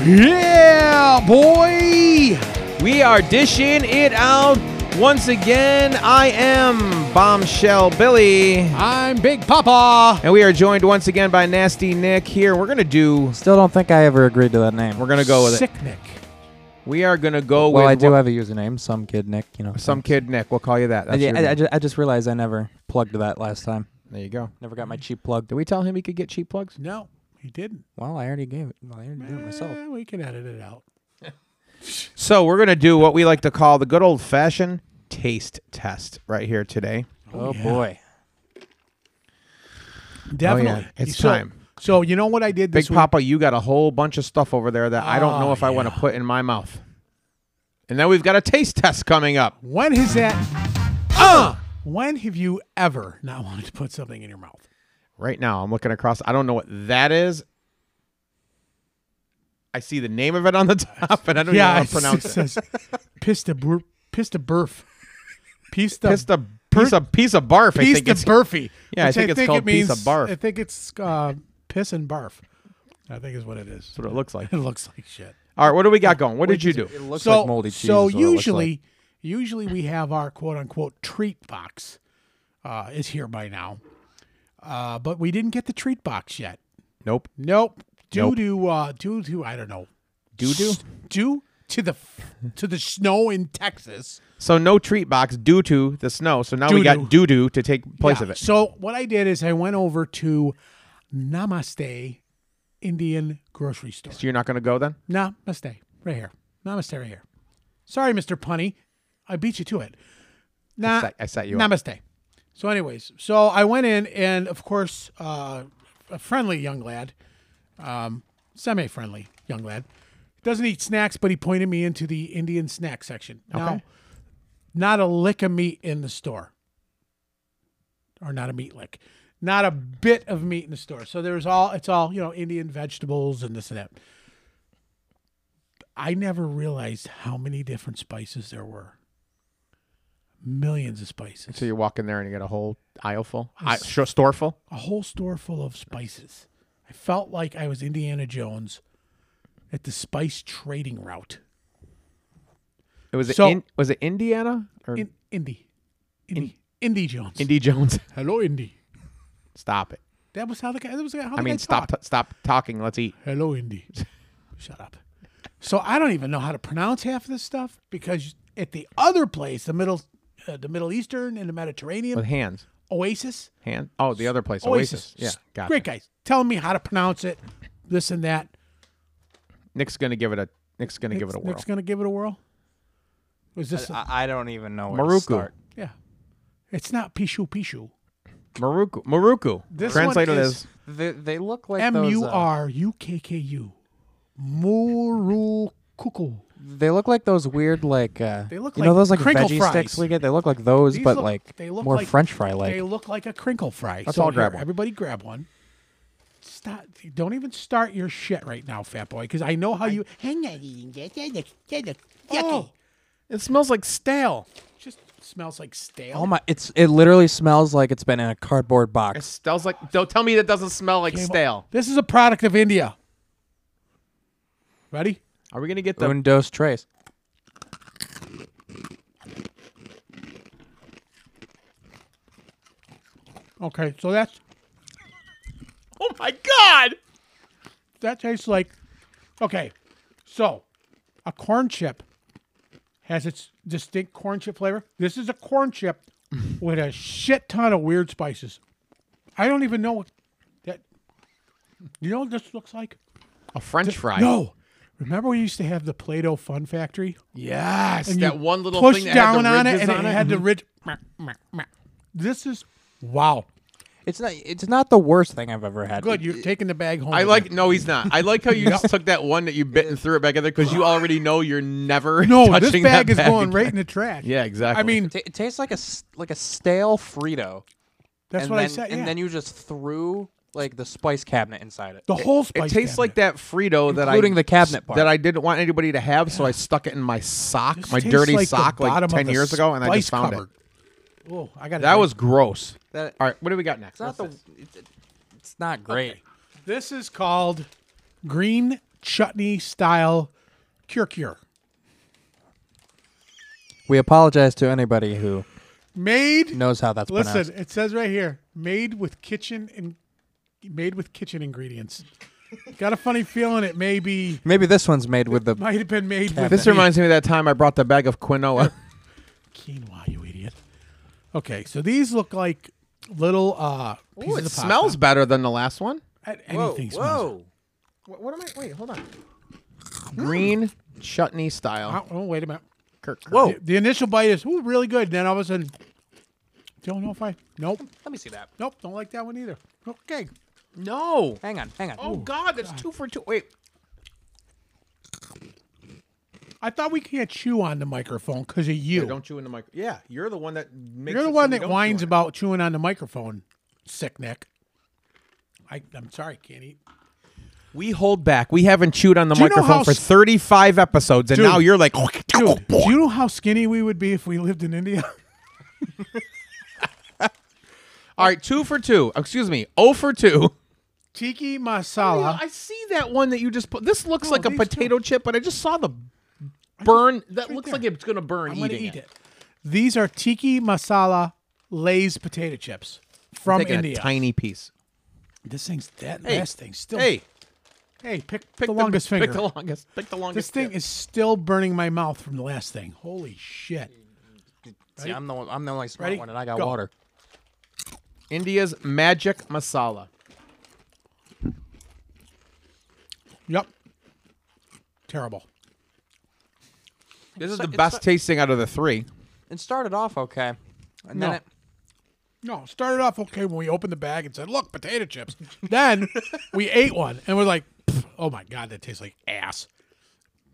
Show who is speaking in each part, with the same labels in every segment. Speaker 1: Yeah, boy!
Speaker 2: We are dishing it out once again. I am Bombshell Billy,
Speaker 1: I'm Big Papa.
Speaker 2: and we are joined once again by Nasty Nick. Here, we're gonna do.
Speaker 3: Still don't think I ever agreed to that name.
Speaker 2: We're gonna go with it.
Speaker 1: Sick Nick.
Speaker 2: We are gonna go
Speaker 3: well,
Speaker 2: with
Speaker 3: I do
Speaker 2: what-
Speaker 3: have a username, some kid Nick. You know,
Speaker 2: some kid Nick. We'll call you that.
Speaker 3: I,
Speaker 2: That's your
Speaker 3: I, I,
Speaker 2: name.
Speaker 3: just, I just realized I never plugged that last time.
Speaker 2: there you go.
Speaker 3: Never got my cheap plugged.
Speaker 2: Did we tell him he could get cheap plugs?
Speaker 1: No, he didn't.
Speaker 3: Well, I already gave it. Well, I already did it myself.
Speaker 1: Eh, we can edit it out.
Speaker 2: So we're gonna do what we like to call the good old-fashioned taste test right here today.
Speaker 3: Oh,
Speaker 1: yeah.
Speaker 3: boy.
Speaker 1: Definitely.
Speaker 2: Oh, It's
Speaker 1: So-
Speaker 2: time.
Speaker 1: So you know what I did this
Speaker 2: Big
Speaker 1: week?
Speaker 2: Papa, you got a whole bunch of stuff over there that I don't know
Speaker 1: Oh,
Speaker 2: if I want to
Speaker 1: yeah.
Speaker 2: put in my mouth. And then we've got a taste test coming up.
Speaker 1: When is that? Uh, when have you ever not wanted to put something in your mouth?
Speaker 2: Right now, I'm looking across. I don't know what that is. I see the name of it on the top, and I don't even know how to
Speaker 1: it's-
Speaker 2: pronounce it.
Speaker 1: says pista bur- pista burf. Pista
Speaker 2: Pista, piece of piece of barf. I think
Speaker 1: pista
Speaker 2: it's,
Speaker 1: burfy.
Speaker 2: Yeah, I
Speaker 1: which
Speaker 2: think it's called
Speaker 1: it means,
Speaker 2: pista barf.
Speaker 1: I think it's uh, piss and barf. I think is what it is.
Speaker 2: that's what it looks like.
Speaker 1: It looks like shit.
Speaker 2: All right, what do we got going? What did you do?
Speaker 3: It looks
Speaker 1: so
Speaker 3: like moldy cheese.
Speaker 1: so
Speaker 3: is what it looks
Speaker 1: usually,
Speaker 3: like.
Speaker 1: usually we have our quote unquote treat box uh, is here by now, uh, but we didn't get the treat box yet.
Speaker 2: Nope.
Speaker 1: Nope. Due
Speaker 2: Nope.
Speaker 1: to uh, due to I don't know.
Speaker 2: Doo doo.
Speaker 1: Due to the to the snow in Texas.
Speaker 2: So no treat box due to the snow. So now we got doo doo to take place
Speaker 1: Yeah,
Speaker 2: of it.
Speaker 1: So what I did is I went over to Namaste Indian grocery store.
Speaker 2: So you're not going to go then?
Speaker 1: Namaste, right here. Namaste, right here. Sorry, Mister Punny, I beat you to it. Nah,
Speaker 2: set- I set you up.
Speaker 1: Namaste. So, anyways, so I went in, and of course, uh, a friendly young lad, um, semi-friendly young lad, doesn't eat snacks, but he pointed me into the Indian snack section. Now,
Speaker 2: Okay.
Speaker 1: not a lick of meat in the store, or not a meat lick, not a bit of meat in the store. So there's all it's all you know Indian vegetables and this and that. I never realized how many different spices there were. Millions of spices.
Speaker 2: So you walk in there and you get a whole aisle full, I, sh- store full.
Speaker 1: a whole store full of spices. I felt like I was Indiana Jones at the spice trading route
Speaker 2: It was
Speaker 1: So-
Speaker 2: it in, was it Indiana or
Speaker 1: in Indy. Indy. Indy Jones.
Speaker 2: Indy Jones?
Speaker 1: Hello, Indy.
Speaker 2: stop it.
Speaker 1: That was how the guy. That was how the
Speaker 2: I mean,
Speaker 1: guy
Speaker 2: stop
Speaker 1: talked.
Speaker 2: t- stop talking. Let's eat.
Speaker 1: Hello, Indy. Shut up. So I don't even know how to pronounce half of this stuff because at the other place, the middle, uh, the Middle Eastern and the Mediterranean
Speaker 2: with hands.
Speaker 1: Oasis,
Speaker 2: Hand. Oh, the other place, Oasis.
Speaker 1: Oasis.
Speaker 2: Yeah,
Speaker 1: S-
Speaker 2: got
Speaker 1: Great guys telling me how to pronounce it, this and that.
Speaker 2: Nick's gonna give it a. Nick's gonna give it a
Speaker 1: Nick's-
Speaker 2: whirl.
Speaker 1: Nick's gonna give it a whirl. Was this? a-
Speaker 3: I, I don't even know where to
Speaker 2: Maruku.
Speaker 3: start.
Speaker 1: yeah. It's not Pishu Pishu.
Speaker 2: Maruku. Maruku.
Speaker 1: This one
Speaker 2: Translated
Speaker 1: is-
Speaker 2: as
Speaker 3: They, they look like
Speaker 1: M
Speaker 3: those,
Speaker 1: U
Speaker 3: uh,
Speaker 1: R U K K U. Murukuku.
Speaker 3: They look like those weird like. Uh,
Speaker 1: They look
Speaker 3: you
Speaker 1: like
Speaker 3: know those like
Speaker 1: crinkle
Speaker 3: veggie
Speaker 1: fries.
Speaker 3: sticks we get. They look like those,
Speaker 1: These
Speaker 3: but
Speaker 1: look-
Speaker 3: like
Speaker 1: they look
Speaker 3: more
Speaker 1: like-
Speaker 3: French fry like.
Speaker 1: They look like a crinkle fry.
Speaker 2: Let's
Speaker 1: so
Speaker 2: all grab
Speaker 1: here,
Speaker 2: one.
Speaker 1: Everybody grab one. Stop. Don't even start your shit right now, fat boy, because I know how you. Hang on. Yucky.
Speaker 2: Oh. It smells like stale.
Speaker 1: Just smells like stale.
Speaker 3: Oh my! It's it literally smells like it's been in a cardboard
Speaker 2: It
Speaker 3: box.
Speaker 2: smells like. Don't tell me that doesn't smell like stale.
Speaker 1: This is a product of India. Ready?
Speaker 2: Are we gonna get the?
Speaker 3: Un dos tres.
Speaker 1: Okay, so that's
Speaker 2: Oh my god!
Speaker 1: that tastes like okay so a corn chip has its distinct corn chip flavor this is a corn chip with a shit ton of weird spices i don't even know what that you know what this looks like
Speaker 2: A French fry.
Speaker 1: no remember we used to have the play-doh fun factory
Speaker 2: Yes.
Speaker 1: and
Speaker 2: that
Speaker 1: you
Speaker 2: one little
Speaker 1: pushed
Speaker 2: thing that
Speaker 1: down
Speaker 2: had the
Speaker 1: on it
Speaker 2: ridges
Speaker 1: and
Speaker 2: on Mm-hmm.
Speaker 1: it had the ridge this is wow
Speaker 3: It's not. It's not the worst thing I've ever had.
Speaker 1: good you're taking the bag home
Speaker 2: I
Speaker 1: with
Speaker 2: like.
Speaker 1: you.
Speaker 2: No, he's not. I like how you just took that one that you bit and threw it back in there because you already know you're never.
Speaker 1: no this
Speaker 2: touching
Speaker 1: bag
Speaker 2: that
Speaker 1: is going
Speaker 2: again.
Speaker 1: right in the trash
Speaker 2: Yeah, exactly.
Speaker 1: i mean
Speaker 3: T- it tastes like a s- like a stale Frito.
Speaker 1: that's
Speaker 3: and
Speaker 1: what
Speaker 3: then,
Speaker 1: i said yeah.
Speaker 3: And then you just threw like the spice cabinet inside it.
Speaker 1: The whole spice.
Speaker 2: It tastes like that Frito that I
Speaker 3: Including the cabinet part.
Speaker 2: that I didn't want anybody to have, so I stuck it in my sock, my
Speaker 1: tastes
Speaker 2: dirty
Speaker 1: like the
Speaker 2: sock,
Speaker 1: bottom
Speaker 2: like
Speaker 1: of
Speaker 2: ten
Speaker 1: the
Speaker 2: years ago, and I just
Speaker 1: spice
Speaker 2: found
Speaker 1: cupboard.
Speaker 2: it.
Speaker 1: Oh, I got
Speaker 2: That was gross.
Speaker 3: That-
Speaker 2: All right, what do we got next?
Speaker 3: it's not
Speaker 2: What's
Speaker 3: the.
Speaker 2: this?
Speaker 3: It's, it's not great.
Speaker 1: This is called green chutney style cure cure.
Speaker 3: We apologize to anybody who
Speaker 1: Made
Speaker 3: knows how that's
Speaker 1: listen,
Speaker 3: pronounced.
Speaker 1: it says right here, made with kitchen and made with kitchen ingredients. Got a funny feeling it may be
Speaker 3: Maybe this one's made with the.
Speaker 1: might have been made with
Speaker 2: This
Speaker 1: the
Speaker 2: reminds me of that time I brought the bag of quinoa.
Speaker 1: quinoa, you idiot. Okay, so these look like little uh
Speaker 2: Ooh,
Speaker 1: pieces
Speaker 2: it
Speaker 1: of pasta.
Speaker 2: smells better than the last one.
Speaker 1: Uh,
Speaker 3: Oh,
Speaker 1: anything smells.
Speaker 2: What, what am I? Wait, hold on. Mm. Green chutney style.
Speaker 1: Oh, oh, wait a minute.
Speaker 2: Kirk, Kirk.
Speaker 3: Whoa.
Speaker 1: The, the initial bite is ooh, really good. Then all of a sudden, don't know if I. Nope.
Speaker 3: Let me see that.
Speaker 1: Nope. Don't like that one either. Okay.
Speaker 2: No.
Speaker 3: Hang on, hang on.
Speaker 2: Oh God, that's two for two. Wait.
Speaker 1: I thought we can't chew on the microphone because of you.
Speaker 2: Don't chew in the mic. Yeah, you're the one that makes.
Speaker 1: You're
Speaker 2: it
Speaker 1: the
Speaker 2: so
Speaker 1: one
Speaker 2: we
Speaker 1: that
Speaker 2: don't chew
Speaker 1: whines
Speaker 2: on it.
Speaker 1: about chewing on the microphone, sick neck. I, I'm sorry, can't eat.
Speaker 2: We hold back. We haven't chewed on the
Speaker 1: Do you know
Speaker 2: microphone
Speaker 1: how
Speaker 2: for
Speaker 1: s-
Speaker 2: 35 episodes, and
Speaker 1: Dude.
Speaker 2: now you're like,
Speaker 1: Dude, do you know how skinny we would be if we lived in India?
Speaker 2: all right, two for two. Excuse me, oh for two. Oh,
Speaker 1: Tiki masala.
Speaker 2: I see that one that you just put. This looks like a
Speaker 1: Oh, these
Speaker 2: potato chip, but I just saw the burn. that
Speaker 1: right
Speaker 2: looks
Speaker 1: there.
Speaker 2: like it's gonna burn.
Speaker 1: I'm gonna
Speaker 2: eating
Speaker 1: eat it. These are tiki masala Lay's potato chips from
Speaker 2: Taking
Speaker 1: India.
Speaker 2: a tiny piece.
Speaker 1: this thing's that
Speaker 2: Hey,
Speaker 1: last thing still.
Speaker 2: Hey,
Speaker 1: hey, pick,
Speaker 2: pick
Speaker 1: the longest finger.
Speaker 2: Pick the longest. Pick the longest.
Speaker 1: This thing
Speaker 2: tip.
Speaker 1: is still burning my mouth from the last thing. Holy shit.
Speaker 3: See, I'm the one, I'm the only smart
Speaker 1: Ready?
Speaker 3: one, and I got
Speaker 1: Go.
Speaker 3: water.
Speaker 2: India's magic masala.
Speaker 1: Yep. Terrible.
Speaker 2: This is
Speaker 3: So-
Speaker 2: the
Speaker 3: it's
Speaker 2: best
Speaker 3: so-
Speaker 2: tasting out of the three.
Speaker 3: It started off okay, and
Speaker 1: No.
Speaker 3: then it,
Speaker 1: No, it started off okay when we opened the bag and said, look, potato chips. then we ate one and we're like, "Pff, oh my God, that tastes like ass.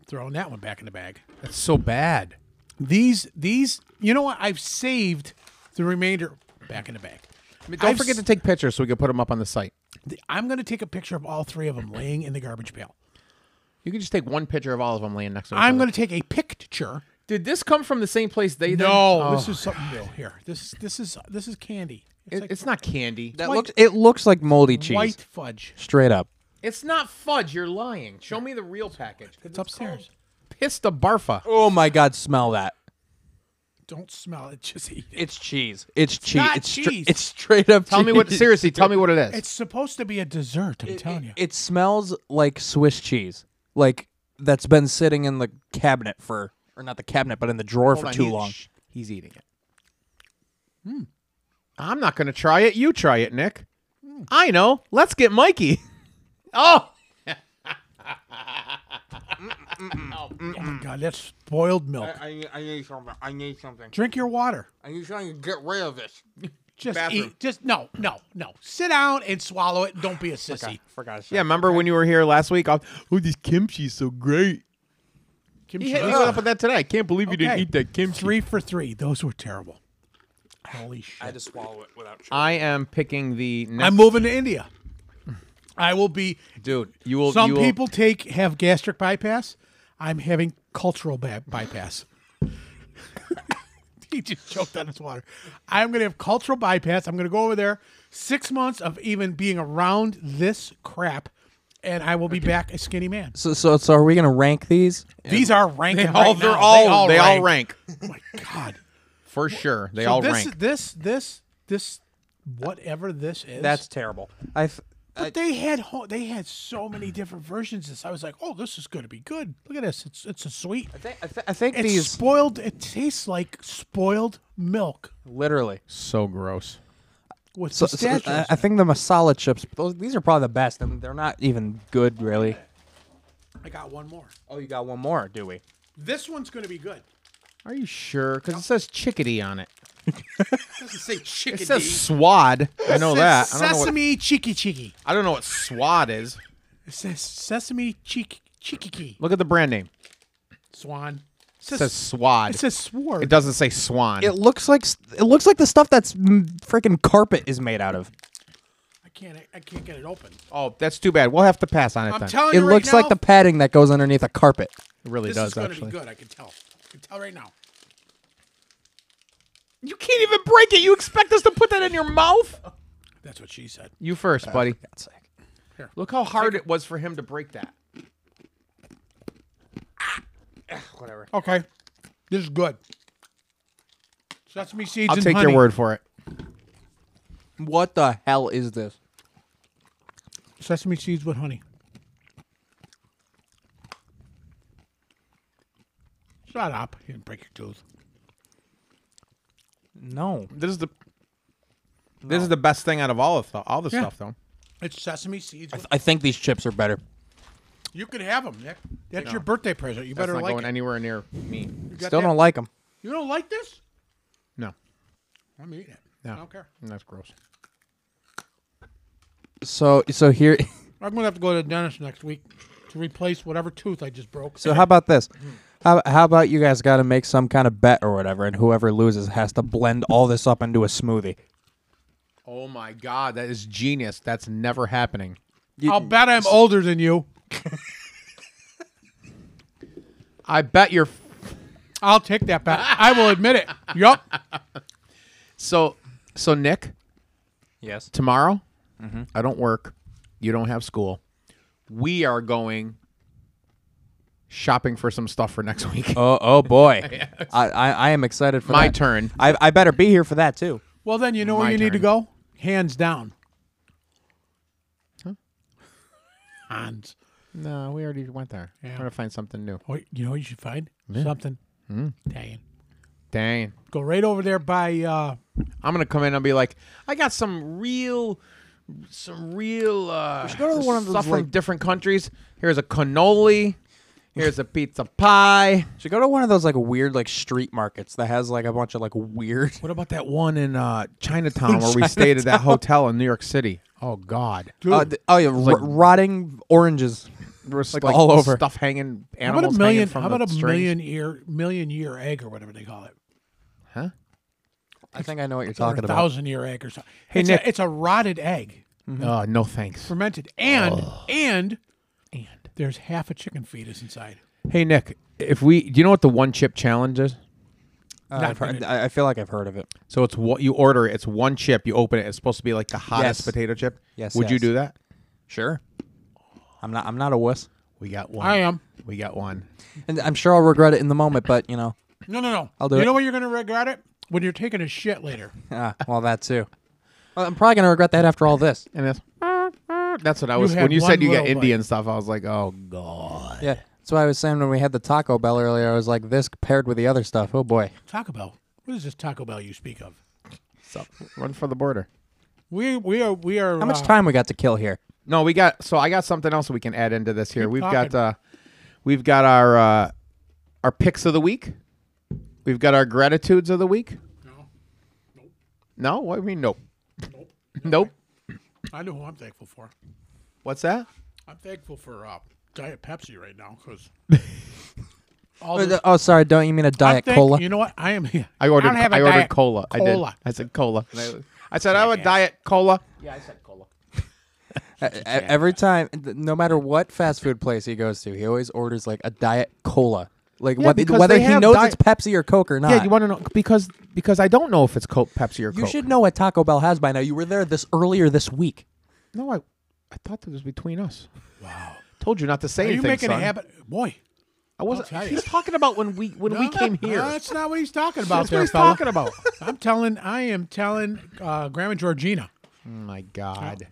Speaker 1: Throwing that one back in the bag.
Speaker 2: That's so bad.
Speaker 1: These, these, you know what? I've saved the remainder back in the bag.
Speaker 2: don't
Speaker 1: I've
Speaker 2: forget
Speaker 1: s-
Speaker 2: to take pictures so we can put them up on the site.
Speaker 1: I'm going to take a picture of all three of them laying in the garbage pail.
Speaker 2: You can just take one picture of all of them laying next to each
Speaker 1: I'm
Speaker 2: other.
Speaker 1: going to take a picture.
Speaker 2: Did this come from the same place they did?
Speaker 1: No,
Speaker 2: Oh.
Speaker 1: this is something new here. This this is this is candy. It's
Speaker 2: It-
Speaker 1: like
Speaker 2: it's not candy.
Speaker 3: that
Speaker 1: White-
Speaker 3: looks it looks like moldy cheese,
Speaker 1: white fudge.
Speaker 3: straight up.
Speaker 2: It's not fudge. You're lying. Show me the real package.
Speaker 1: It's upstairs.
Speaker 2: Pista barfa.
Speaker 3: Oh my God, smell that!
Speaker 1: Don't smell it. Just eat it.
Speaker 3: It's cheese. It's cheese.
Speaker 1: not
Speaker 3: it's stra-
Speaker 1: cheese.
Speaker 3: it's straight up.
Speaker 2: Tell me what.
Speaker 3: cheese.
Speaker 2: Seriously, tell me what it is.
Speaker 1: It's supposed to be a dessert. I'm telling you.
Speaker 3: It smells like Swiss cheese, like that's been sitting in the cabinet for, or not the cabinet, but in the drawer
Speaker 2: Hold
Speaker 3: for
Speaker 2: on,
Speaker 3: too
Speaker 2: he's-
Speaker 3: long.
Speaker 2: shh, He's eating it. Hmm. I'm not going to try it. You try it, Nick. I know. Let's get Mikey. Hmm. oh,
Speaker 1: oh my god, that's spoiled milk.
Speaker 4: I need, I need something. I need something.
Speaker 1: Drink your water.
Speaker 4: I need something to get rid of this.
Speaker 1: Just
Speaker 2: Bathroom.
Speaker 1: eat. Just no, no, no. Sit down and swallow it. Don't be a sissy.
Speaker 3: Forgot.
Speaker 2: yeah. Remember when you were here last week? I'll- Oh, this kimchi's so great.
Speaker 1: Kimchi.
Speaker 2: He hit me up with that today. I can't believe you didn't
Speaker 1: Okay.
Speaker 2: eat that kimchi.
Speaker 1: Three for three. Those were terrible. Holy shit.
Speaker 3: I had to swallow it without.
Speaker 2: I am picking the. Next,
Speaker 1: I'm moving to India. I will be.
Speaker 2: dude. You will.
Speaker 1: Some
Speaker 2: you will-
Speaker 1: people take have gastric bypass. I'm having cultural ba- bypass. he just choked on his water. I'm going to have cultural bypass. I'm going to go over there. Six months of even being around this crap, and I will be back a skinny man.
Speaker 3: So, so, so are we gonna rank these?
Speaker 1: These are ranked.
Speaker 2: All,
Speaker 1: right
Speaker 2: Oh, they're
Speaker 1: now.
Speaker 2: all.
Speaker 1: They all rank.
Speaker 2: rank.
Speaker 1: Oh my god.
Speaker 2: for sure. They
Speaker 1: So
Speaker 2: all
Speaker 1: this,
Speaker 2: rank.
Speaker 1: This this this whatever this is.
Speaker 3: That's terrible. I. th- I
Speaker 1: But they had ho- they had so many different versions. of This I was like, oh, this is going to be good. Look at this. It's it's a sweet.
Speaker 3: thi- I, th- I think
Speaker 1: It's
Speaker 3: these
Speaker 1: spoiled. It tastes like spoiled milk
Speaker 3: literally.
Speaker 2: so gross.
Speaker 1: with
Speaker 3: So,
Speaker 2: uh,
Speaker 3: so,
Speaker 1: pistachios.
Speaker 3: I, I think the masala chips. Those, these are probably the best, and they're not even good, really.
Speaker 1: I got one more.
Speaker 3: Oh, you got one more, do we?
Speaker 1: This one's going to be good.
Speaker 2: Are you sure? Because it says chickadee on it.
Speaker 1: It doesn't say chicken.
Speaker 2: It says swad. I know that. I don't know, what,
Speaker 1: Sesame cheeky cheeky.
Speaker 2: I don't know what swad is.
Speaker 1: It says sesame cheek cheeky.
Speaker 2: Look at the brand name.
Speaker 1: Swan. It
Speaker 2: It
Speaker 1: says,
Speaker 2: says swad.
Speaker 1: it says sword.
Speaker 2: It doesn't say swan.
Speaker 3: It looks like s- it looks like the stuff that's mm, freaking carpet is made out of.
Speaker 1: I can't. I can't get it open.
Speaker 2: oh, that's too bad. We'll have to pass on it
Speaker 1: I'm
Speaker 2: then.
Speaker 1: telling
Speaker 3: It
Speaker 1: you Oh, right
Speaker 3: looks
Speaker 1: now,
Speaker 3: like the padding that goes underneath a carpet.
Speaker 2: it really
Speaker 1: This
Speaker 2: does
Speaker 1: is going to be
Speaker 2: actually.
Speaker 1: good. I can tell. I can tell right now.
Speaker 2: You can't even break it. You expect us to put that in your mouth?
Speaker 1: That's what she said.
Speaker 2: You first, buddy.
Speaker 3: God's sake.
Speaker 2: Look how hard it was for him to break that.
Speaker 4: whatever.
Speaker 1: Okay, this is good. Sesame seeds.
Speaker 2: I'll
Speaker 1: and
Speaker 2: take
Speaker 1: honey.
Speaker 2: your word for it.
Speaker 3: What the hell is this?
Speaker 1: Sesame seeds with honey. Shut up! You didn't break your tooth.
Speaker 3: No.
Speaker 2: This is the this is the best thing out of all of the, all the
Speaker 1: Yeah.
Speaker 2: stuff though.
Speaker 1: It's sesame seeds. with-
Speaker 3: I think these chips are better.
Speaker 1: you can have them, Nick. That's your birthday present. You better
Speaker 2: That's not
Speaker 1: like
Speaker 2: going
Speaker 1: it.
Speaker 2: anywhere near me.
Speaker 1: You got
Speaker 3: Still
Speaker 1: that?
Speaker 3: don't like them.
Speaker 1: You don't like this?
Speaker 2: No,
Speaker 1: I'm eating it.
Speaker 2: no,
Speaker 1: I don't care.
Speaker 2: That's gross.
Speaker 3: So so here
Speaker 1: I'm gonna have to go to the dentist next week to replace whatever tooth I just broke.
Speaker 3: so how about this? How how about you guys got to make some kind of bet or whatever and whoever loses has to blend all this up into a smoothie.
Speaker 2: Oh my god, that is genius. That's never happening.
Speaker 1: I'll bet I'm older than you.
Speaker 2: I bet you're
Speaker 1: I'll take that bet. I will admit it. Yup.
Speaker 2: so so Nick.
Speaker 3: Yes.
Speaker 2: tomorrow
Speaker 3: Mm-hmm.
Speaker 2: i don't work you don't have school we are going shopping for some stuff for next week
Speaker 3: Oh oh boy. I, I I am excited for
Speaker 2: my
Speaker 3: that.
Speaker 2: turn
Speaker 3: I I better be here for that too.
Speaker 1: Well, then you know
Speaker 2: My
Speaker 1: where you need to
Speaker 2: turn.
Speaker 1: go. Hands down. Hands.
Speaker 2: no we already went there
Speaker 1: Yeah.
Speaker 2: i'm gonna find something new
Speaker 1: Wait, Oh, you know what you should find? Something.
Speaker 3: Hmm.
Speaker 1: Italian.
Speaker 2: dang
Speaker 1: Go right over there by. Uh,
Speaker 2: i'm gonna come in and be like i got some real some real uh
Speaker 3: go to one of those,
Speaker 2: stuff from
Speaker 3: like-
Speaker 2: different countries here's a cannoli here's a pizza pie
Speaker 3: Should go to one of those like weird like street markets that has like a bunch of like weird
Speaker 2: what about that one in uh chinatown where we stayed at that hotel in new york city oh god
Speaker 1: dude,
Speaker 3: Uh, th- oh yeah, ro- rotting oranges.
Speaker 2: There's
Speaker 3: like, all over.
Speaker 2: stuff hanging
Speaker 1: how about
Speaker 2: animals
Speaker 1: a million?
Speaker 2: hanging from
Speaker 1: How about
Speaker 2: the
Speaker 1: a
Speaker 2: strings.
Speaker 1: million year million year egg or whatever they call it?
Speaker 2: huh
Speaker 3: I think I know what you're
Speaker 1: Or a
Speaker 3: talking about.
Speaker 1: thousand year egg or something.
Speaker 2: Hey,
Speaker 1: it's
Speaker 2: Nick.
Speaker 1: A, it's a rotted egg,
Speaker 2: Oh, no thanks.
Speaker 1: fermented, and
Speaker 3: Oh.
Speaker 1: and
Speaker 2: And
Speaker 1: there's half a chicken fetus inside.
Speaker 2: hey Nick, if we do you know what the one chip challenge is?
Speaker 3: Uh, I've heard- I I feel like I've heard of it.
Speaker 2: So it's what you order, it's one chip, you open it, it's supposed to be like the hottest
Speaker 3: Yes.
Speaker 2: potato chip.
Speaker 3: Yes,
Speaker 2: Would you
Speaker 3: yes.
Speaker 2: do that?
Speaker 3: Sure. I'm not. I'm not a wuss,
Speaker 2: We got one.
Speaker 1: I am.
Speaker 2: We got one.
Speaker 3: and I'm sure I'll regret it in the moment. But you know,
Speaker 1: No, no, no.
Speaker 3: I'll do
Speaker 1: you
Speaker 3: it.
Speaker 1: know when you're gonna regret it? When you're taking a shit later.
Speaker 3: ah, well, that too. Well, I'm probably gonna regret that after all this.
Speaker 2: And that's that's what I was
Speaker 1: had
Speaker 2: when you
Speaker 1: one
Speaker 2: said you got
Speaker 1: little
Speaker 2: Indian stuff, I was like, Oh god.
Speaker 3: Yeah, that's why I was saying when we had the Taco Bell earlier. I was like, this paired with the other stuff. Oh boy.
Speaker 1: Taco Bell. What is this Taco Bell you speak of?
Speaker 2: So run for the border.
Speaker 1: We we are we are.
Speaker 3: How much
Speaker 1: uh,
Speaker 3: time we got to kill here?
Speaker 2: No, we got so I got something else we can add into this here. we've got
Speaker 1: talking.
Speaker 2: uh we've got our uh our picks of the week. We've got our gratitudes of the week. No. No? What do you mean nope? Nope. nope.
Speaker 1: I know who I'm thankful for.
Speaker 2: What's that?
Speaker 1: I'm thankful for uh, Diet Pepsi right now because all
Speaker 3: Oh,
Speaker 1: this-
Speaker 3: th- oh, sorry. Don't you mean a
Speaker 1: I'm
Speaker 3: Diet
Speaker 1: thank-
Speaker 3: Cola?
Speaker 1: You know what? I am. I
Speaker 2: I ordered.
Speaker 1: don't have a
Speaker 2: I ordered
Speaker 1: Diet
Speaker 2: cola. I did.
Speaker 1: Cola.
Speaker 2: I said cola. And I, I said I would diet cola. Yeah, I said cola.
Speaker 3: E- Every time, th- no matter what fast food place he goes to, he always orders like a Diet Cola. Like
Speaker 2: Yeah,
Speaker 3: whether,
Speaker 2: because
Speaker 3: whether
Speaker 2: they
Speaker 3: he
Speaker 2: have
Speaker 3: knows
Speaker 2: Diet-
Speaker 3: it's Pepsi or Coke or not.
Speaker 2: Yeah, you want to know because because I don't know if it's Coke, Pepsi, or
Speaker 3: You
Speaker 2: Coke.
Speaker 3: should know what Taco Bell has by now. You were there this earlier this week.
Speaker 2: No, I I thought that was between us. Wow. Told you not to say
Speaker 1: Are you
Speaker 2: anything.
Speaker 1: making
Speaker 2: son.
Speaker 1: a habit, boy?
Speaker 2: I wasn't.
Speaker 1: I'll tell
Speaker 2: He's
Speaker 1: you.
Speaker 2: talking about when we when we
Speaker 1: No,
Speaker 2: came here.
Speaker 1: no, that's not what he's talking
Speaker 2: That's
Speaker 1: about. there,
Speaker 2: what he's
Speaker 1: fella.
Speaker 2: talking about.
Speaker 1: I'm telling. I am telling uh, Grandma Georgina.
Speaker 2: oh my God.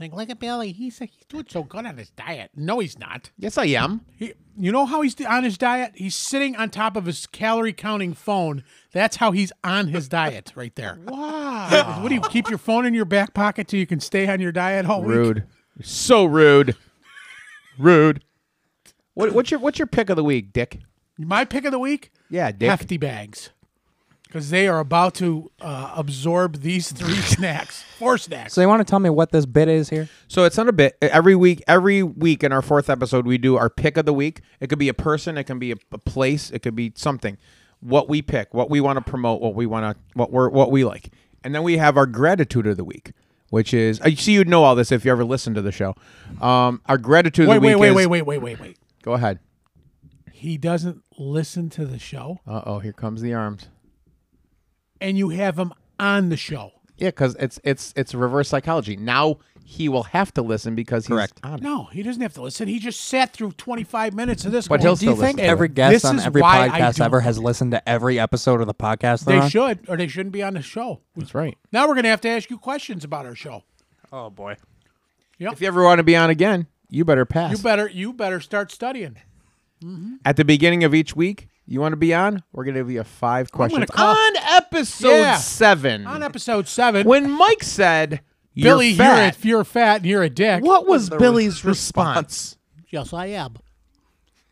Speaker 1: Like, look at Billy. He's he's doing so good on his diet. No, he's not.
Speaker 2: Yes, I am.
Speaker 1: He, you know how he's on his diet? He's sitting on top of his calorie counting phone. That's how he's on his diet right there. Wow. what do you keep your phone in your back pocket so you can stay on your diet all week?
Speaker 2: Rude. So rude. rude. What, what's your what's your pick of the week, Dick?
Speaker 1: My pick of the week:
Speaker 2: Yeah, Dick.
Speaker 1: hefty bags, because they are about to uh, absorb these three snacks, four snacks.
Speaker 3: So you want to tell me what this bit is here?
Speaker 2: So it's not a bit. Every week, every week in our fourth episode, we do our pick of the week. It could be a person, it can be a, a place, it could be something. What we pick, what we want to promote, what we want to, what we're, what we like, and then we have our gratitude of the week, which is. I see you'd know all this if you ever listened to the show. Um, our gratitude
Speaker 1: wait,
Speaker 2: of the
Speaker 1: wait,
Speaker 2: week.
Speaker 1: wait,
Speaker 2: is-
Speaker 1: wait, wait, wait, wait, wait.
Speaker 2: Go ahead.
Speaker 1: He doesn't listen to the show,
Speaker 2: Uh oh, here comes the arms.
Speaker 1: and you have him on the show.
Speaker 2: Yeah, because it's it's it's reverse psychology. Now he will have to listen because he's
Speaker 3: Correct.
Speaker 2: on it.
Speaker 1: No, he doesn't have to listen. He just sat through 25 minutes of this.
Speaker 2: But
Speaker 1: going,
Speaker 2: he'll
Speaker 3: Do you
Speaker 2: still
Speaker 3: think
Speaker 2: listen to
Speaker 3: every
Speaker 2: it.
Speaker 3: guest
Speaker 1: This
Speaker 3: on
Speaker 1: is
Speaker 3: every
Speaker 1: why I
Speaker 3: podcast
Speaker 1: do
Speaker 3: ever
Speaker 1: it.
Speaker 3: has listened to every episode of the podcast? they're
Speaker 1: They
Speaker 3: on?
Speaker 1: should, or they shouldn't be on the show.
Speaker 2: That's right.
Speaker 1: Now we're going to have to ask you questions about our show.
Speaker 3: Oh boy.
Speaker 2: If you ever want to be on again, you better pass.
Speaker 1: You better, you better start studying.
Speaker 2: At the beginning of each week, you want to be on? We're going to give you five questions
Speaker 1: call-
Speaker 2: on episode
Speaker 1: Yeah.
Speaker 2: seven.
Speaker 1: On episode seven,
Speaker 2: when Mike said, "You're
Speaker 1: Billy, you're, a,
Speaker 2: fat,"
Speaker 1: you're fat and you're a dick.
Speaker 2: what was Billy's response?
Speaker 1: Yes, I am.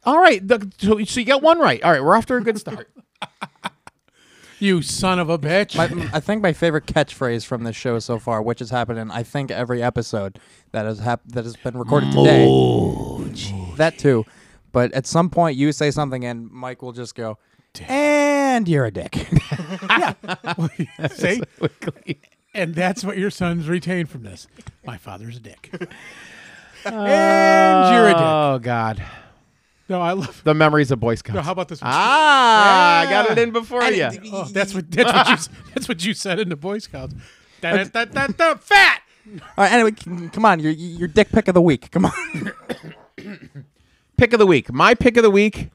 Speaker 2: All right, the, so, so you got one right. All right, we're off to a good start.
Speaker 1: You son of a bitch.
Speaker 3: I, I think my favorite catchphrase from this show so far, which has happened in I think every episode that has hap- that has been recorded today. That too. But at some point you say something and Mike will just go, and you're a dick.
Speaker 1: See? and that's what your sons retain from this. My father's a dick. and you're a dick.
Speaker 2: Oh God,
Speaker 1: No, I love.
Speaker 2: the memories of Boy Scouts.
Speaker 1: No, how about this one?
Speaker 2: ah, I got it in before you.
Speaker 1: Oh, that's what that's what you that's what you said in the Boy Scouts. Da, da, da, da, da, fat.
Speaker 3: All right, anyway, c- come on, your your dick pick of the week. Come on.
Speaker 2: Pick of the week. My pick of the week.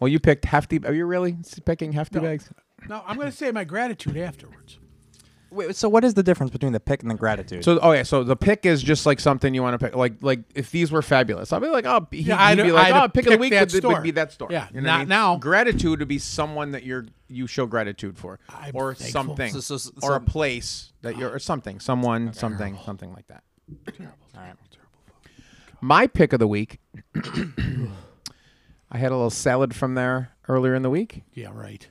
Speaker 2: Well, you picked hefty. Are you really picking hefty bags?
Speaker 1: No, I'm going to say my gratitude afterwards.
Speaker 3: Wait, so what is the difference between the pick and the gratitude?
Speaker 2: So oh yeah, so the pick is just like something you want to pick. Like like if these were fabulous, I'd be like, oh, he,
Speaker 1: Yeah, I'd-
Speaker 2: would be like,
Speaker 1: I'd
Speaker 2: oh, pick of the
Speaker 1: pick
Speaker 2: week
Speaker 1: that
Speaker 2: would, would
Speaker 1: store.
Speaker 2: be that store.
Speaker 1: Yeah,
Speaker 2: You know what I
Speaker 1: not
Speaker 2: mean?
Speaker 1: now.
Speaker 2: Gratitude would be someone that you're you show gratitude for,
Speaker 1: I'm
Speaker 2: or
Speaker 1: thankful.
Speaker 2: something,
Speaker 3: So- so- so-
Speaker 2: or a place that you're, or something, someone, something, something like that. My pick of the week. I had a little salad from there earlier in the week.
Speaker 1: Yeah, right.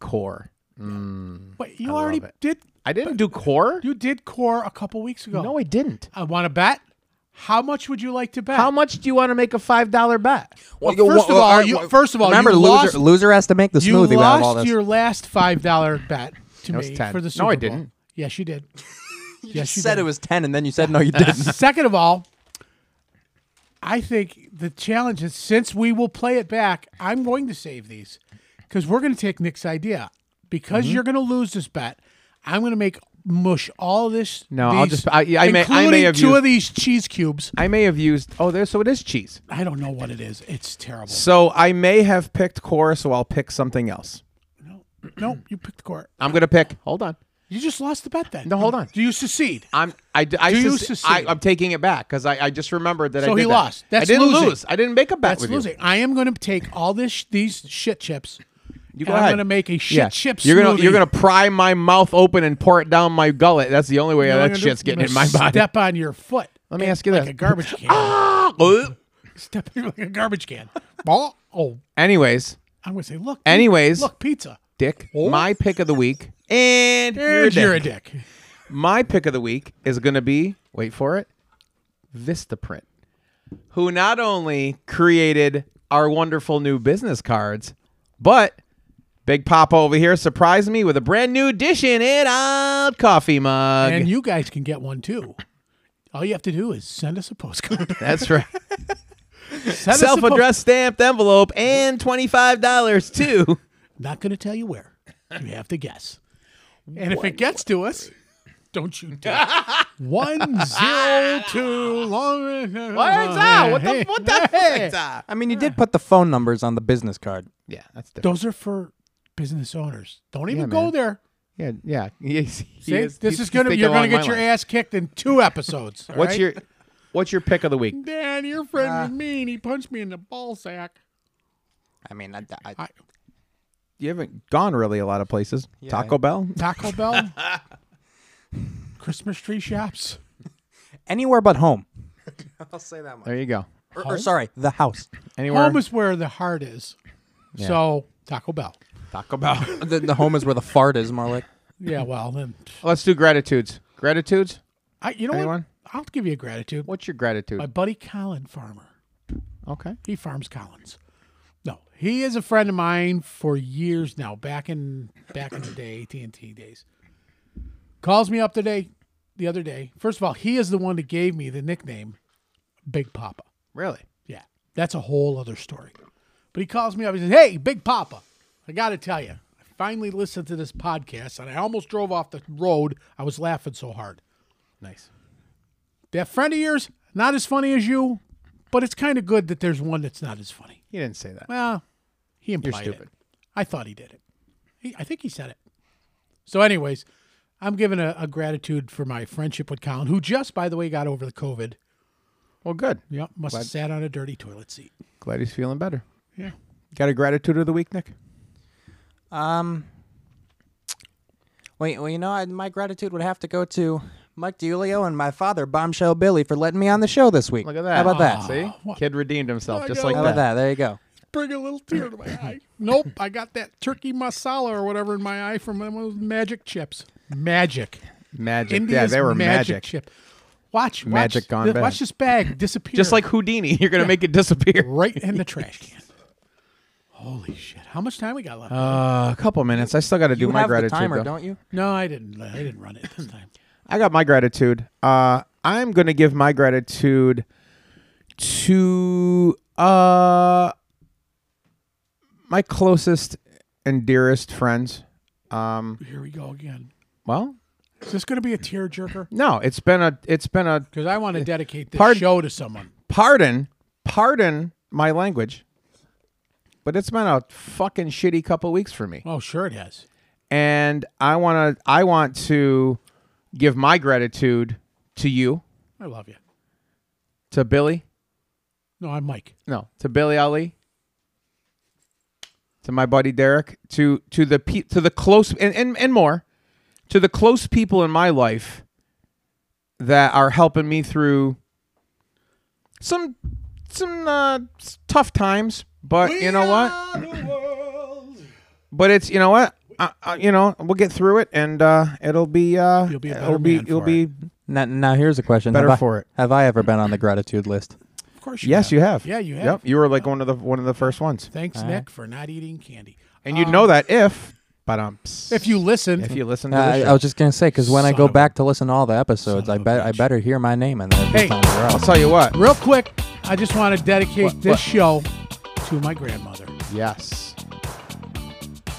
Speaker 2: Core.
Speaker 1: Wait, you already
Speaker 2: love it.
Speaker 1: did
Speaker 2: I didn't do core.
Speaker 1: you did core a couple weeks ago.
Speaker 2: No, I didn't.
Speaker 1: I want to bet. How much would you like to bet?
Speaker 2: How much do you want to make a five dollar bet?
Speaker 1: Well, first of all, you, first of all,
Speaker 3: remember
Speaker 1: you
Speaker 3: loser
Speaker 1: lost,
Speaker 3: loser has to make the
Speaker 1: you
Speaker 3: smoothie without all
Speaker 1: lost
Speaker 3: this.
Speaker 1: your last five dollar bet to
Speaker 2: was
Speaker 1: me
Speaker 2: 10.
Speaker 1: for
Speaker 2: No,
Speaker 1: the Super
Speaker 2: I
Speaker 1: Bowl.
Speaker 2: didn't.
Speaker 1: Yes, you did. yes,
Speaker 3: you
Speaker 1: you
Speaker 3: said
Speaker 1: did.
Speaker 3: it was 10 and then you said no you didn't.
Speaker 1: Second of all, I think the challenge is since we will play it back, I'm going to save these because we're going to take Nick's idea.
Speaker 2: Mm-hmm.
Speaker 1: Because you're going to lose this bet, I'm going to make mush all this.
Speaker 2: No, I'll
Speaker 1: these-
Speaker 2: just- I- I may- I may
Speaker 1: including
Speaker 2: have
Speaker 1: two
Speaker 2: used-
Speaker 1: of these cheese cubes.
Speaker 2: I may have used. Oh, there. So it is cheese.
Speaker 1: I don't know what it is. It's terrible.
Speaker 2: So I may have picked core. So I'll pick something else.
Speaker 1: No, no, you picked the court.
Speaker 2: I'm gonna pick. Hold on.
Speaker 1: You just lost the bet then.
Speaker 2: No, hold on.
Speaker 1: Do you secede?
Speaker 2: I'm. I. I,
Speaker 1: Do you
Speaker 2: sus- I
Speaker 1: secede?
Speaker 2: am taking it back because I, I just remembered that. I
Speaker 1: So
Speaker 2: did
Speaker 1: he
Speaker 2: that.
Speaker 1: lost. That's
Speaker 2: I didn't
Speaker 1: losing.
Speaker 2: lose. I didn't make a bet
Speaker 1: That's
Speaker 2: with
Speaker 1: losing.
Speaker 2: You.
Speaker 1: I am going to take all this these shit chips.
Speaker 2: You
Speaker 1: and
Speaker 2: go
Speaker 1: I'm
Speaker 2: ahead.
Speaker 1: going to make a shit
Speaker 2: yeah.
Speaker 1: chip
Speaker 2: You're gonna
Speaker 1: smoothie.
Speaker 2: you're gonna pry my mouth open and pour it down my gullet. That's the only way
Speaker 1: You know what I'm
Speaker 2: that
Speaker 1: gonna do?
Speaker 2: shit's getting
Speaker 1: I'm
Speaker 2: in my
Speaker 1: gonna
Speaker 2: body.
Speaker 1: Step on your foot.
Speaker 2: Let me
Speaker 1: And-
Speaker 2: ask you
Speaker 1: like
Speaker 2: this.
Speaker 1: a garbage can.
Speaker 2: Ah! Ugh.
Speaker 1: Step in like a garbage can. Ball. Oh,
Speaker 2: Anyways,
Speaker 1: I'm going to say, look.
Speaker 2: Anyways.
Speaker 1: Look, pizza.
Speaker 2: Dick, my pick of the week, and, you're a
Speaker 1: And you're a
Speaker 2: dick.
Speaker 1: dick.
Speaker 2: My pick of the week is going to be, wait for it, Vistaprint, who not only created our wonderful new business cards, but Big Papa over here surprised me with a brand new dish in it out coffee mug.
Speaker 1: And you guys can get one too. All you have to do is send us a postcard.
Speaker 2: That's right.
Speaker 1: Send us a
Speaker 2: Self addressed stamped envelope and $25 too.
Speaker 1: post- Not going to tell you where. You have to guess. And if it gets to us, don't you dare. One zero two long.
Speaker 2: What's that? What the, what the
Speaker 1: Hey.
Speaker 2: heck?
Speaker 3: I mean, you did put the phone numbers on the business card.
Speaker 2: Yeah, that's different.
Speaker 1: Those are for business owners. Don't even
Speaker 2: Yeah,
Speaker 1: go
Speaker 2: man.
Speaker 1: there.
Speaker 2: Yeah, yeah. He's- he
Speaker 1: See,
Speaker 2: is-
Speaker 1: this
Speaker 2: he's-
Speaker 1: is gonna
Speaker 2: he's
Speaker 1: you're gonna
Speaker 2: thinking along
Speaker 1: get your
Speaker 2: my lines.
Speaker 1: ass kicked in two episodes. all
Speaker 2: What's
Speaker 1: right? Ah.
Speaker 2: your What's your pick of the week?
Speaker 1: Dan? Your friend was mean. He punched me in the ball sack.
Speaker 3: I mean, I, I,
Speaker 1: I,
Speaker 2: You haven't gone really a lot of places. Taco Bell.
Speaker 1: Taco Bell, Christmas tree shops.
Speaker 3: anywhere but home. I'll say that much.
Speaker 2: There you go.
Speaker 3: Or, or sorry, the house.
Speaker 2: Anywhere.
Speaker 1: Home is where the heart is. So Taco Bell.
Speaker 2: Taco Bell.
Speaker 3: the, the home is where the fart is, more like.
Speaker 1: Yeah. Well, then
Speaker 2: Let's do gratitudes. Gratitudes.
Speaker 1: I, you know
Speaker 2: Anyone?
Speaker 1: what? I'll give you a gratitude.
Speaker 2: What's your gratitude?
Speaker 1: My buddy Colin Farmer.
Speaker 2: okay.
Speaker 1: He farms Collins. No, he is a friend of mine for years now. Back in back in the day, AT and T days. Calls me up today, the other day. First of all, he is the one that gave me the nickname Big Papa.
Speaker 2: Really.
Speaker 1: Yeah, that's a whole other story. But he calls me up. He says, "Hey, Big Papa, I got to tell you, I finally listened to this podcast, and I almost drove off the road. I was laughing so hard."
Speaker 2: Nice.
Speaker 1: That friend of yours, not as funny as you, but it's kind of good that there's one that's not as funny.
Speaker 2: He didn't say that.
Speaker 1: Well, he implied
Speaker 2: stupid.
Speaker 1: it. I thought he did it. He, I think he said it. So, anyways, I'm giving a, a gratitude for my friendship with Colin, who just, by the way, got over the COVID.
Speaker 2: Well, good.
Speaker 1: Yep, must have sat on a dirty toilet seat.
Speaker 2: Glad he's feeling better.
Speaker 1: Yeah.
Speaker 2: Got a gratitude of the week, Nick?
Speaker 3: Um. Wait, well, you know, I, my gratitude would have to go to Mike DiUlio and my father, Bombshell Billy, for letting me on the show this week.
Speaker 2: Look at that.
Speaker 3: How about that?
Speaker 2: See?
Speaker 1: what-
Speaker 2: Kid redeemed himself
Speaker 1: I
Speaker 2: just
Speaker 1: know.
Speaker 2: like
Speaker 3: How
Speaker 2: that.
Speaker 3: about that? There you go.
Speaker 1: Bring a little tear to my eye. Nope, I got that turkey masala or whatever in my eye from one of those magic chips. Magic.
Speaker 2: Magic. yeah,
Speaker 1: India's
Speaker 2: they were magic.
Speaker 1: chip. Watch, watch
Speaker 2: Magic gone
Speaker 1: th-
Speaker 2: bad.
Speaker 1: Watch this bag disappear.
Speaker 2: Just like Houdini, you're going to make it disappear.
Speaker 1: right in the trash can. Holy shit! How much time we got left?
Speaker 2: Uh, a couple minutes. I still got to do
Speaker 3: You
Speaker 2: my
Speaker 3: have the
Speaker 2: gratitude.
Speaker 3: timer,
Speaker 2: though.
Speaker 3: don't you?
Speaker 1: no, I didn't. I didn't run it this time.
Speaker 2: I got my gratitude. Uh, I'm going to give my gratitude to uh, my closest and dearest friends. Um,
Speaker 1: Here we go again.
Speaker 2: well,
Speaker 1: Is this going to be a tearjerker?
Speaker 2: no, it's been a it's been a
Speaker 1: Because I want to dedicate this
Speaker 2: Pardon-
Speaker 1: show to someone.
Speaker 2: pardon, pardon my language, but it's been a fucking shitty couple weeks for me.
Speaker 1: Oh, sure it has.
Speaker 2: and I want to I want to give my gratitude to you,
Speaker 1: I love you.
Speaker 2: to Billy,
Speaker 1: No, I'm Mike.
Speaker 2: no, to Billy Ali, to my buddy Derek, to to the pe- to the close and, and and more, to the close people in my life that are helping me through some some uh, s- tough times, but you know what? But it's you know what. Uh, uh, you know, we'll get through it, and uh, it'll be uh,
Speaker 1: You'll be a better
Speaker 2: it'll be
Speaker 1: man
Speaker 2: it'll
Speaker 1: for
Speaker 2: be
Speaker 3: Now, now here's a question.
Speaker 2: Better
Speaker 3: have I-
Speaker 2: for it.
Speaker 3: Have I ever been on the gratitude list?
Speaker 1: Of course. You
Speaker 2: Yes,
Speaker 1: have.
Speaker 2: you have.
Speaker 1: Yeah, you have.
Speaker 2: Yep, you were like one of the one of the first ones,
Speaker 1: Thanks, Nick, for not eating candy.
Speaker 2: and you know that if, but um,
Speaker 1: Um, If you listen,
Speaker 2: if you listen to
Speaker 3: Uh, I,
Speaker 2: this,
Speaker 3: I was just gonna say because when I
Speaker 1: Son
Speaker 3: go
Speaker 1: of a-
Speaker 3: back to listen to all the episodes,
Speaker 1: Son
Speaker 3: I
Speaker 1: of a
Speaker 3: bet I
Speaker 1: bitch.
Speaker 3: better hear my name in there. this
Speaker 1: Hey.
Speaker 3: time or
Speaker 2: I'll
Speaker 3: else.
Speaker 2: tell you what.
Speaker 1: real quick, I just want to dedicate
Speaker 2: What-
Speaker 1: this
Speaker 2: what? Oh.
Speaker 1: show to my grandmother,
Speaker 2: Yes,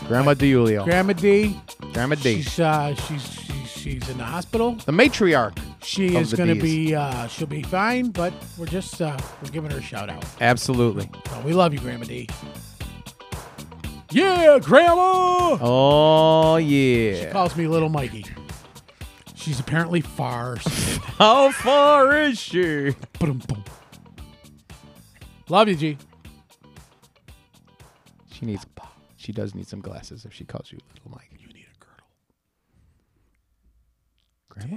Speaker 2: Grandma DiUlio,
Speaker 1: Grandma D.
Speaker 2: Grandma D,
Speaker 1: She's uh, she's she's she's in the hospital.
Speaker 2: the matriarch.
Speaker 1: She
Speaker 2: Of
Speaker 1: is
Speaker 2: the
Speaker 1: going to
Speaker 2: Ds.
Speaker 1: be uh, she'll be fine, but we're just uh, we're giving her a shout out.
Speaker 2: Absolutely.
Speaker 1: So we love you, Grandma D. Yeah, Grandma.
Speaker 2: Oh yeah.
Speaker 1: Calls me Little Mikey. She's apparently far.
Speaker 2: How far is she?
Speaker 1: Ba-dum, boom. love you, G.
Speaker 2: She needs. She does need some glasses if she calls you little Mike.
Speaker 1: You need a girdle.
Speaker 2: Grandma.